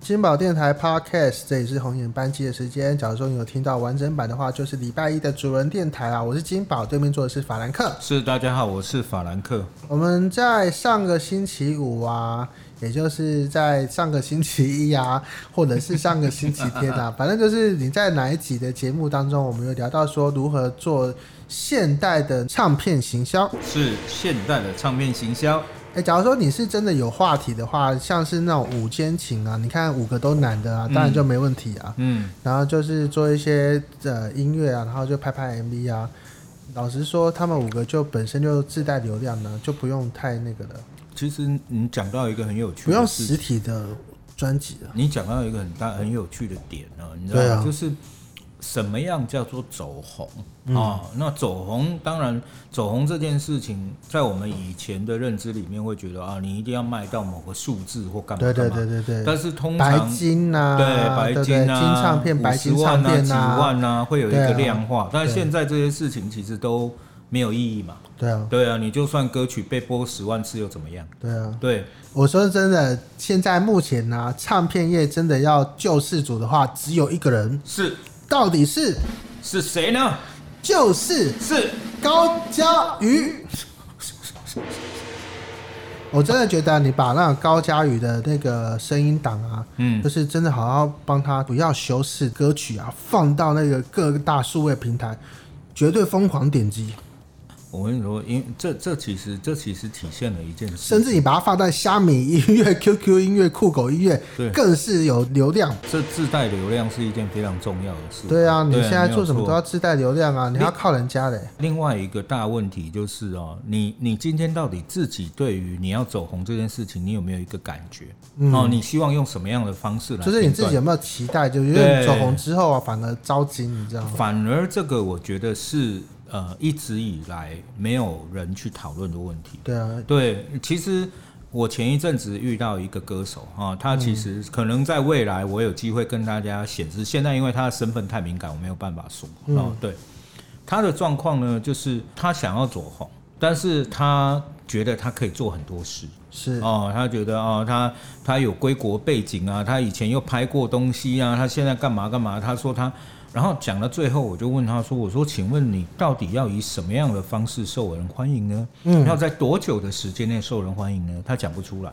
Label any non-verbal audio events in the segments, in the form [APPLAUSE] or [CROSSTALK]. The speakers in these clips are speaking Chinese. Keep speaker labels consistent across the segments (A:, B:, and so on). A: 金宝电台 Podcast，这里是红眼班机的时间。假如说你有听到完整版的话，就是礼拜一的主人电台啦。啊我是金宝，对面坐的是法兰克。
B: 是，大家好，我是法兰克。
A: 我们在上个星期五啊，也就是在上个星期一啊， [LAUGHS] 或者是上个星期天啊， [LAUGHS] 反正就是你在哪一集的节目当中，我们有聊到说如何做现代的唱片行销。
B: 是现代的唱片行销，
A: 哎、假如说你是真的有话题的话，像是那种五间情啊，你看五个都男的啊，当然就没问题啊。
B: 嗯，
A: 然后就是做一些呃音乐啊，然后就拍拍 MV 啊。老实说，他们五个就本身就自带流量呢，就不用太那个了，
B: 其实你讲到一个很有趣
A: 不用
B: 的事，
A: 实体的专辑了。
B: 你讲到一个很大很有趣的点呢、你知道
A: 对
B: 吗？
A: 啊
B: 就是什么样叫做走红啊、
A: 嗯
B: 那走红，当然走红这件事情，在我们以前的认知里面会觉得啊，你一定要卖到某个数字或干嘛
A: 对
B: 干
A: 对
B: 嘛，
A: 对对对，
B: 但是通
A: 白
B: 常
A: 金呐、
B: 对，白
A: 对不对
B: 金
A: 金
B: 啊，
A: 唱片、白金唱
B: 五
A: 片
B: 十
A: 呐、
B: 万啊，几万啊，会有一个
A: 对啊
B: 量化。但是
A: 对
B: 现在这些事情其实都没有意义嘛。
A: 对啊，
B: 对啊，你就算歌曲被播十万次又怎么样？
A: 对啊。
B: 对，
A: 我说真的，现在目前呢、唱片业真的要救世主的话，只有一个人，
B: 是
A: 到底是
B: 是谁呢？
A: 就是
B: 是
A: 高佳瑜。我真的觉得你把那个高佳瑜的那个声音档啊，
B: 嗯
A: 就是真的好好帮他不要修饰歌曲啊，放到那个各大数位平台，绝对疯狂点击，
B: 我跟你说，因这这其实这其实体现了一件事，
A: 甚至你把它放在虾米音
B: [LAUGHS]
A: 乐、QQ 音乐、酷狗音乐
B: 对，
A: 更是有流量。
B: 这自带流量是一件非常重要的事。
A: 对啊，你现在
B: 没有
A: 做什么
B: 错
A: 都要自带流量啊，你还要靠人家嘞。
B: 另外一个大问题就是哦，你你今天到底自己对于你要走红这件事情，你有没有一个感觉？哦，你希望用什么样的方式
A: 嗯
B: 来？
A: 就是你自己有。没有期待？就因为你走红之后啊，反而招金，你知道吗？
B: 反而这个我觉得是呃一直以来没有人去讨论的问题。
A: 对啊，
B: 对，其实我前一阵子遇到一个歌手哈、他其实可能在未来我有机会跟大家显示，现在因为他的身份太敏感，我没有办法说。哦，对，他的状况呢，就是他想要走红，但是他觉得他可以做很多事。
A: 是。
B: 哦，他觉得哦，他他有归国背景啊，他以前又拍过东西啊，他现在干嘛干嘛？他说他，然后讲到最后，我就问他说：“我说，请问你到底要以什么样的方式受人欢迎呢？嗯，要在多久的时间内受人欢迎呢？”他讲不出来。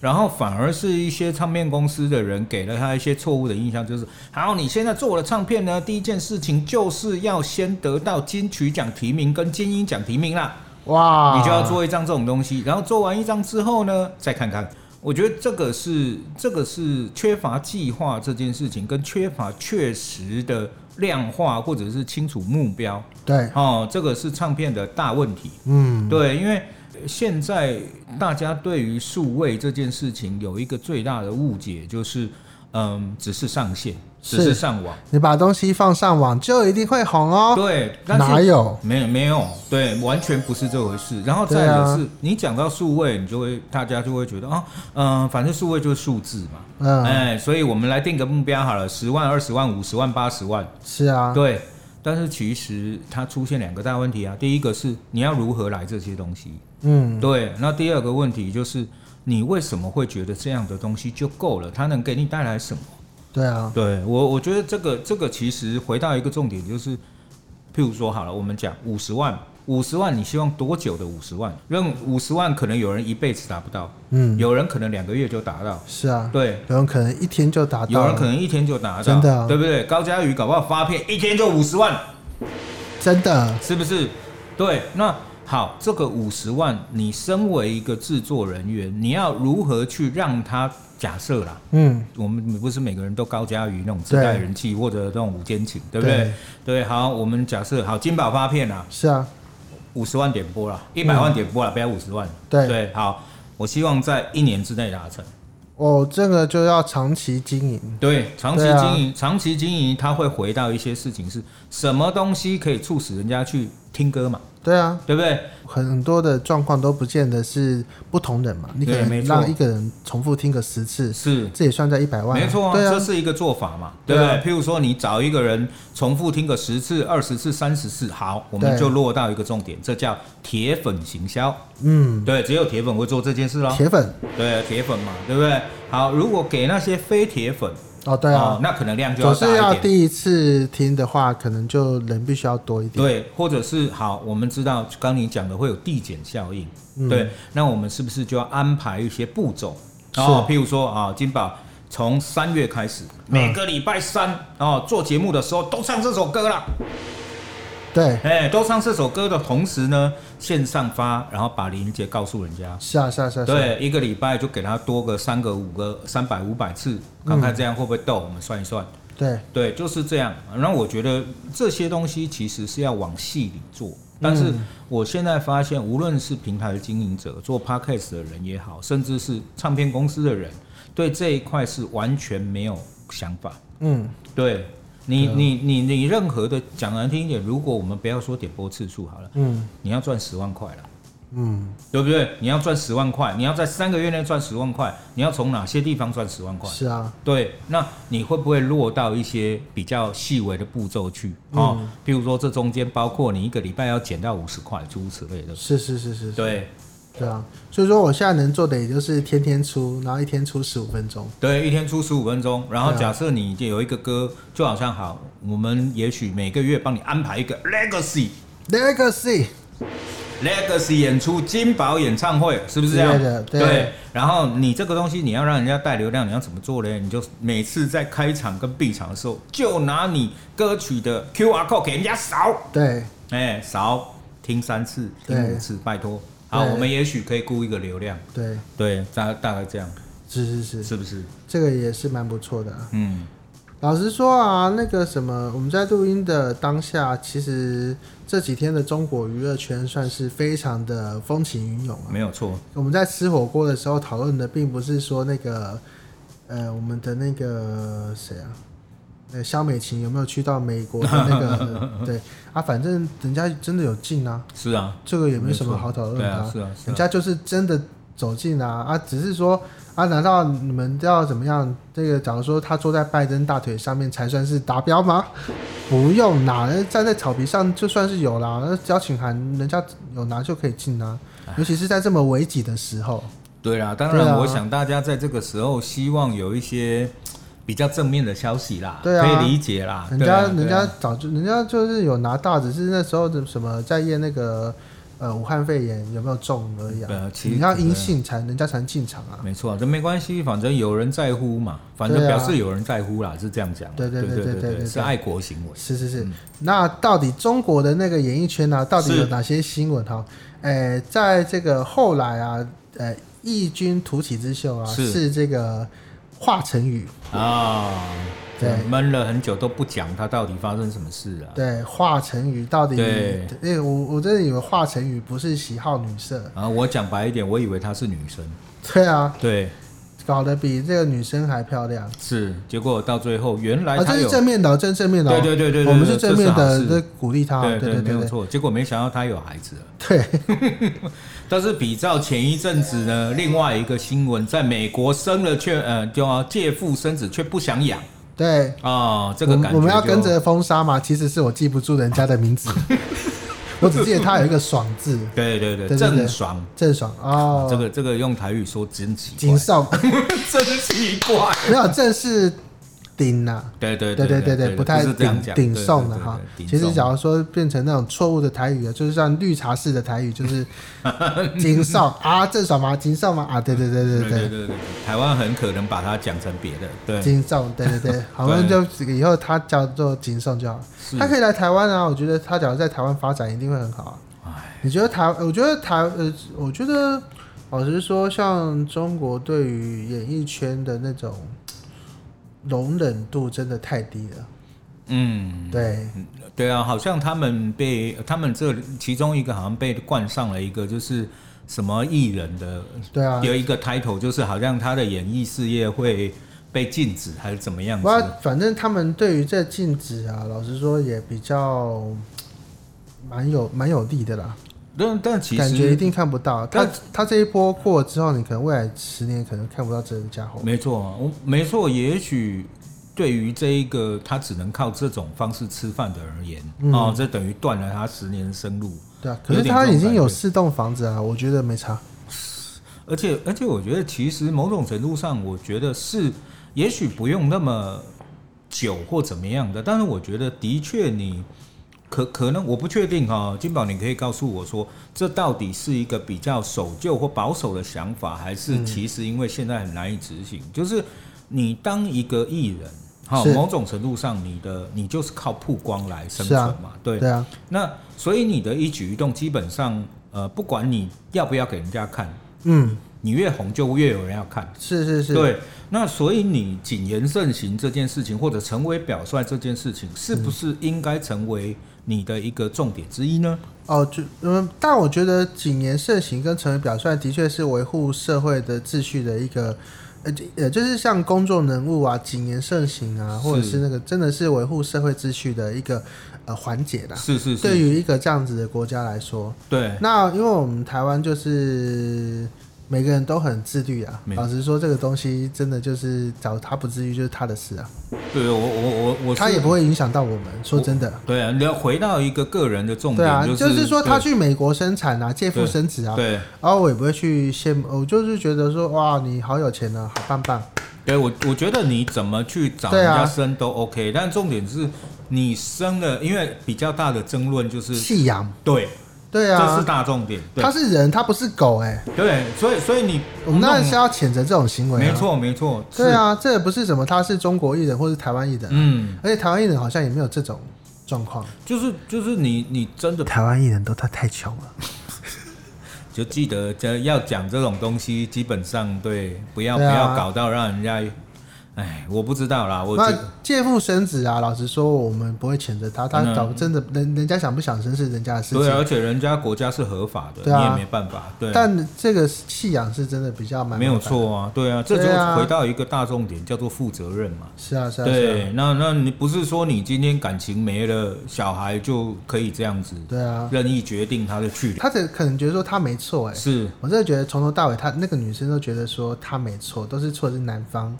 B: 然后反而是一些唱片公司的人给了他一些错误的印象，就是好，你现在做了唱片呢，第一件事情就是要先得到金曲奖提名跟金鹰奖提名啦。
A: 哇，
B: 你就要做一张这种东西，然后做完一张之后呢，再看看。我觉得这个是这个是缺乏计划这件事情，跟缺乏确实的量化或者是清楚目标
A: 对，
B: 哦，这个是唱片的大问题。
A: 嗯，
B: 对，因为现在大家对于数位这件事情有一个最大的误解，就是嗯，只是上线，只是
A: 是
B: 上网，
A: 你把东西放上网就一定会红哦，
B: 对，但是
A: 哪有？
B: 没有没有，对，完全不是这回事。然后再
A: 对
B: 有
A: 啊
B: 是，你讲到数位，你就会大家就会觉得啊，嗯、反正数位就是数字嘛，
A: 嗯，
B: 哎、所以我们来定个目标好了，十万、二十万、五十万、八十万，
A: 是啊，
B: 对。但是其实它出现两个大问题啊，第一个是你要如何来这些东西，
A: 嗯，
B: 对。那第二个问题就是你为什么会觉得这样的东西就够了？它能给你带来什么？
A: 对啊，
B: 对我，我觉得这个这个其实回到一个重点，就是譬如说好了，我们讲五十万，五十万你希望多久的五十万？让五十万可能有人一辈子达不到，
A: 嗯，
B: 有人可能两个月就达到，
A: 是啊，
B: 对，
A: 有人可能一天就达
B: 有
A: 到
B: 人可
A: 了，
B: 能一天就达到，
A: 真的啊
B: 对不对？高佳宇搞不好发片一天就五十万，
A: 真的，
B: 是不是？对，那好，这个五十万，你身为一个制作人员，你要如何去让他假设啦？
A: 嗯，
B: 我们不是每个人都高嘉瑜那种自带人气或者那种五间情，对不对？
A: 对
B: 对好，我们假设好金宝发片啊，
A: 是啊，
B: 五十万点播啦，一百万点播啦，不要五十万。
A: 对
B: 对，好，我希望在一年之内达成。
A: 哦，这个就要长期经营，
B: 对，长期
A: 对啊
B: 经营，长期经营，它会回到一些事情是什么东西可以促使人家去听歌嘛？
A: 对啊，
B: 对不对？
A: 很很多的状况都不见得是不同人嘛，你可
B: 对没
A: 能
B: 错
A: 让一个人重复听个十次，
B: 是，
A: 这也算在一百万、啊，
B: 没错啊，
A: 对
B: 这
A: 啊，
B: 是一个做法嘛，对
A: 对
B: 不
A: 啊
B: 对？譬如说，你找一个人重复听个十次、二十次、三十次，好，我们
A: 对
B: 就落到一个重点，这叫铁粉行销。
A: 嗯，
B: 对，只有铁粉会做这件事咯。
A: 铁粉
B: 对，铁粉嘛，对不对？好，如果给那些非铁粉，
A: 哦，对
B: 哦
A: 啊，
B: 那可能量就
A: 总
B: 要
A: 是
B: 大
A: 要
B: 一点。
A: 第一次听的话，可能就人必须要多一点，
B: 对，或者是好，我们知道刚你讲的会有递减效应，
A: 嗯
B: 对，那我们是不是就要安排一些步骤？
A: 是嗯
B: 哦，譬如说啊，金宝从三月开始，每个礼拜三哦做节目的时候都唱这首歌啦，
A: 对，
B: 哎，都唱这首歌的同时呢，线上发，然后把链接告诉人家。
A: 是啊，是啊，是啊，是啊，
B: 对，一个礼拜就给他多个三个、五个、三百、五百次，看看这样会不会逗？我们算一算，
A: 对，
B: 对，就是这样。那我觉得这些东西其实是要往细里做，但是我现在发现，无论是平台的经营者、做 podcast 的人也好，甚至是唱片公司的人，对这一块是完全没有想法。
A: 嗯，
B: 对你，你，你，你任何的讲难听一点，如果我们不要说点播次数好了，
A: 嗯，
B: 你要赚十万块了。
A: 嗯，
B: 对不对？你要赚十万块，你要在三个月内赚十万块，你要从哪些地方赚十万块？
A: 是啊，
B: 对，那你会不会落到一些比较细微的步骤去
A: 嗯
B: 哦？譬如说，这中间包括你一个礼拜要减到五十块，诸如此类的。
A: 是是是是，是
B: 对
A: 对啊，所以说我现在能做的也就是天天出，然后一天出十五分钟，
B: 对，一天出十五分钟，然后
A: 对啊
B: 假设你就有一个歌，就好像好，我们也许每个月帮你安排一个 legacy
A: Legacy，
B: legacy 演出金宝演唱会，是不是这样？
A: 之类的对
B: 然后你这个东西你要让人家带流量，你要怎么做嘞？你就每次在开场跟闭场的时候，就拿你歌曲的 QR code 给人家扫。
A: 对，
B: 哎、少听三次，听
A: 对
B: 五次，拜托。好，
A: 对
B: 我们也许可以估一个流量，
A: 对，
B: 对，大大概这样，
A: 是是是，
B: 是不是？
A: 这个也是蛮不错的啊、
B: 嗯，
A: 老实说啊，那个什么，我们在录音的当下，其实这几天的中国娱乐圈算是非常的风起云涌啊。
B: 没有错，
A: 我们在吃火锅的时候讨论的，并不是说那个，呃，我们的那个谁啊，呃，肖美琴有没有去到美国的那个？对啊，反正人家真的有进啊，
B: 是啊，
A: 这个也没什么好讨论
B: 对
A: 的、
B: 啊，是啊，是
A: 人
B: 啊，
A: 家就是真的走进啊啊，只是说啊，难道你们要怎么样？这个假如说他坐在拜登大腿上面才算是达标吗？不用啦，呃站在草皮上就算是有啦，那邀请函人家有拿就可以进啊，
B: 哎
A: 尤其是在这么危急的时候，
B: 对啦。当
A: 对
B: 然，
A: 啊
B: 我想大家在这个时候希望有一些比较正面的消息啦，
A: 对啊
B: 可以理解啦。
A: 人
B: 对
A: 家、
B: 啊
A: 人
B: 对啊
A: 家早就人家就是有拿到，只是那时候的什么在验那个。呃，武汉肺炎有没有中而已、
B: 对啊
A: 啊？
B: 其实
A: 你要阴性才人家才能进场啊。
B: 没错，这没关系，反正有人在乎嘛，反正
A: 对啊
B: 表示有人在乎啦，是这样讲。
A: 对对对
B: 对
A: 对
B: 对
A: 对对对
B: 是爱国行为。
A: 是是是，那到底中国的那个演艺圈呢、啊到底有
B: 嗯是
A: 哪些新闻哈？呃，在这个后来啊，呃，异军突起之秀啊，
B: 是
A: 是这个华晨宇，
B: 啊，
A: 对
B: 闷了很久都不讲他到底发生什么事啊？
A: 对，华晨宇到底，
B: 对
A: 哎，我我真的以为华晨宇不是喜好女色，
B: 啊，我讲白一点，我以为她是女生，
A: 对啊，
B: 对，
A: 搞得比这个女生还漂亮，
B: 是，结果到最后原来
A: 啊，
B: 她
A: 这
B: 有，
A: 是正面的哦，这是正面的哦，
B: 对对对对对
A: 我们
B: 对
A: 是
B: 这
A: 正
B: 是
A: 面
B: 好
A: 的，
B: 事
A: 这鼓励她哦，
B: 对
A: 对
B: 没有
A: 对
B: 错，结果没想到她有孩子了。
A: 对，对，
B: 但是比照前一阵子呢，另外一个新闻，在美国生了却呃，就要借腹生子却不想养
A: 对。
B: 哦，这个感觉
A: 我们我们要
B: 就
A: 跟着风沙嘛，其实是我记不住人家的
B: [LAUGHS]
A: 名字，我只记得他有一个“爽”字，
B: 对对
A: 对
B: 对，
A: 对对
B: 郑爽。
A: 郑爽哦，
B: 这个这个用台语说真奇
A: 锦
B: 怪，
A: 上
B: 真奇怪。
A: 没有郑是顶呐、
B: 对对
A: 对
B: 对
A: 对对，不太
B: 是这样
A: 顶
B: 讲，
A: 顶
B: 对
A: 送的啊
B: 对对
A: 哈
B: 对。顶
A: 其实
B: 送
A: 假如说变成那种错误的台语啊，就是像绿茶式的台语，就是
B: [LAUGHS]
A: 锦上啊，郑爽吗？锦上吗？啊，对对对对
B: 对对
A: 对，
B: 对对，台湾很可能把它讲成别的，对，
A: 锦上，对对
B: [LAUGHS]
A: 对，好像就以后他叫做锦上就好。
B: 是
A: 他可以来台湾啊，我觉得他假如在台湾发展一定会很好啊。
B: 哎，
A: 你觉得台？我觉得台，呃，我觉得老实说，像中国对于演艺圈的那种容忍度真的太低了。
B: 嗯，
A: 对，
B: 对啊，好像他们被他们这其中一个好像被冠上了一个就是什么艺人的
A: 对啊。
B: 有一个 title，就是好像他的演艺事业会被禁止还是怎么样
A: 不
B: 子
A: 过，反正他们对于这禁止啊，老实说也比较蛮有蛮有利的啦，
B: 但但其
A: 感觉一
B: 实
A: 定看不到。他
B: 但
A: 他这一波过了之后，你可能未来十年可能看不到这个家伙。
B: 没错啊，我没错，也许对于这一个他只能靠这种方式吃饭的人而言，
A: 嗯
B: 哦，这等于断了他十年生路。
A: 对啊，可
B: 有
A: 是
B: 点
A: 他
B: 这种
A: 已经有
B: 感觉
A: 四栋房子啊，我觉得没差。
B: 而且而且，我觉得其实某种程度上，我觉得是也许不用那么久或怎么样的，但是我觉得的确你。可可能我不确定哈、金宝，你可以告诉我说，这到底是一个比较守旧或保守的想法，还
A: 嗯
B: 是其实因为现在很难以执行？就是你当一个艺人，哈、
A: 是
B: 某种程度上，你的你就是靠曝光来生
A: 是
B: 存
A: 啊
B: 嘛，对。
A: 对啊，
B: 那所以你的一举一动，基本上，呃，不管你要不要给人家看，
A: 嗯，
B: 你越红就越有人要看。
A: 是是是，
B: 对，那所以你谨言慎行这件事情，或者成为表率这件事情，是不是应该成为你的一个重点之一呢？
A: 哦，就嗯，但我觉得谨言慎行跟成为表率的确是维护社会的秩序的一个，呃就呃，就是像公众人物啊，谨言慎行啊，或者
B: 是
A: 是那个真的是维护社会秩序的一个呃环节啦。
B: 是是
A: 对
B: 是，
A: 于一个这样子的国家来说，
B: 对，
A: 那因为我们台湾就是每个人都很自律啊，
B: 没
A: 老实说，这个东西真的就是找他不自律就是他的事啊，
B: 对我我我我是，
A: 他也不会影响到我们。说真的，
B: 对啊。你要回到一个个人的重
A: 对啊，
B: 点，
A: 就是是说他
B: 对
A: 去美国生产啊，借腹生子啊，
B: 对
A: 然后我也不会去羡慕，我就是觉得说哇，你好有钱啊，好棒棒。
B: 对，我我觉得你怎么去找
A: 对
B: 人
A: 啊
B: 家生都 OK，、但重点是你生了，因为比较大的争论就是
A: 夕阳，
B: 对，
A: 对
B: 这是
A: 啊，
B: 大重点，对
A: 他是人，他不是狗哎、
B: 对，所以所以你
A: 我们当然是
B: 那
A: 要谴责这种行
B: 种
A: 为、
B: 没
A: 啊。，
B: 错没错，是
A: 对啊，这也不是什么他是中国艺人或是台湾艺人，
B: 嗯，
A: 而且台湾艺人好像也没有这种状况。
B: 就是就是你你真的
A: 台湾艺人都太太穷了，
B: 就记得这要讲这种东西，基本上对，不要、
A: 对
B: 不
A: 啊
B: 要搞到让人家，哎，我不知道啦，我觉
A: 那
B: 得
A: 借腹生子啊，老实说，我们不会谴责他，他
B: 嗯
A: 早真的人人家想不想生是人家的事
B: 对啊，
A: 情。
B: 而且人家国家是合法的，
A: 对啊
B: 你也没办法，对，
A: 但这个弃养是真的比较蛮
B: 没有
A: 麻烦的，
B: 错啊，对啊，这
A: 对啊
B: 就回到一个大重点，叫做负责任嘛。
A: 是啊是啊是啊，
B: 对，那那你不是说你今天感情没了，小孩就可以这样子
A: 对啊，
B: 任意决定他的去留？
A: 他只可能觉得说他没错哎、
B: 是，
A: 我真的觉得从头到尾，他那个女生都觉得说她没错，都是错的是男方。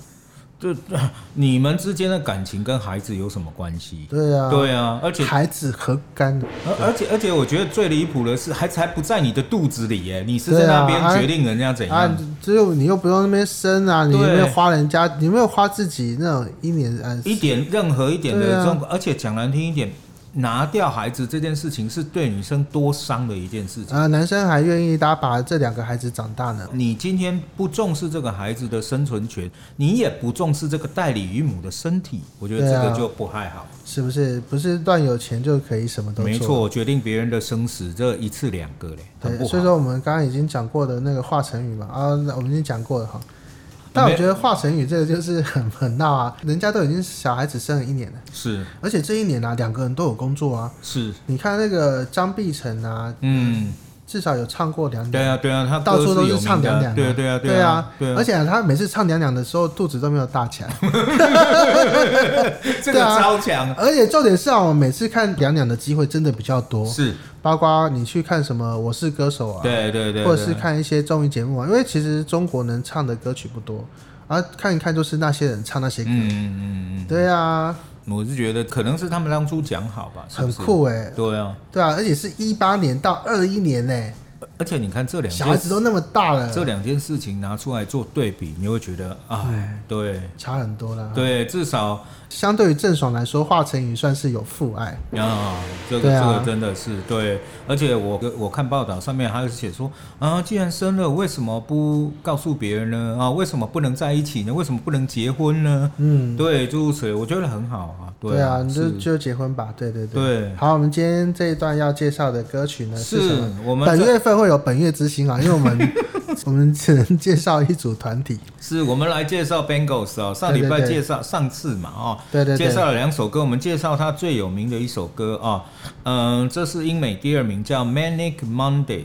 B: 这 [LAUGHS] 你们之间的感情跟孩子有什么关系？
A: 对啊，
B: 对啊，而且
A: 孩子何干？
B: 而而且而且，我觉得最离谱的是，还才不在你的肚子里耶，你是在
A: 对啊
B: 那边
A: 啊
B: 决定人家怎样。
A: 啊，只有你又不用那边生啊，你有
B: 对
A: 没有花人家？你有没有花自己那种一年呃
B: 一点任何一点的
A: 对啊
B: 这种，而且讲难听一点，拿掉孩子这件事情是对女生多伤的一件事情。
A: 呃男生还愿意搭把这两个孩子长大呢？
B: 你今天不重视这个孩子的生存权，你也不重视这个代理孕母的身体，我觉得这
A: 对啊
B: 个就不太好。
A: 是不是？不是乱有钱就可以什么都做？
B: 没错，决定别人的生死，这一次两个嘞，很不
A: 对，
B: 好。
A: 所以说我们刚刚已经讲过的那个华晨宇嘛，啊，那我们已经讲过了哈。但我觉得华晨宇这个就是 [LAUGHS] 很很闹啊，人家都已经小孩子生了一年了，
B: 是
A: 而且这一年啊，两个人都有工作啊。
B: 是，
A: 你看那个张碧晨啊，
B: 嗯，
A: 至少有唱过两
B: 对
A: 两，
B: 啊对啊，他
A: 到
B: 歌
A: 处都
B: 有
A: 是唱
B: 名的
A: 两两、
B: 对啊对啊
A: 对
B: 啊对
A: 而且、他每次唱两两的时候，肚子都没有大起来。
B: [LAUGHS] 这个
A: 对啊
B: 超强，
A: 而且重点是啊，我每次看两两的机会真的比较多，
B: 是
A: 包括你去看什么《我是歌手》啊，
B: 对对对，
A: 或者是
B: 对
A: 看一些综艺节目啊，因为其实中国能唱的歌曲不多，啊，看一看就是那些人唱那些歌。
B: 嗯嗯嗯
A: 对啊，
B: 嗯，我是觉得可能是他们当初讲好吧，是不
A: 很
B: 是，
A: 酷哎、
B: 对啊，
A: 对啊，而且是一八年到二一年呢、
B: 而且你看这两
A: 小孩
B: 件
A: 子都那么大了，
B: 这两件事情拿出来做对比，你会觉得啊，
A: 哎
B: 对
A: 差很多啦。
B: 对，至少
A: 相对于郑爽来说，华晨宇算是有父爱，
B: 啊，这个
A: 对
B: 这
A: 啊
B: 个真的是对，而且我我看报道上面还有写说啊，既然生了，为什么不告诉别人呢？啊，为什么不能在一起呢？为什么不能结婚呢？
A: 嗯，
B: 对，诸如此类，我觉得很好啊，
A: 对啊，
B: 啊，
A: 你就是就结婚吧，对对对。
B: 对。
A: 好，我们今天这一段要介绍的歌曲呢是什么？
B: 我们
A: 本
B: 这
A: 月份会有本月之星啊，因为我们 [LAUGHS] 我们只能介绍一组团体，
B: 是我们来介绍 Bengals 哦，上礼
A: 对
B: 拜
A: 对对
B: 介绍上次嘛哦，
A: 对对对，
B: 介绍了两首歌，我们介绍他哦最有名的一首歌啊、嗯，这是英美第二名叫 Manic Monday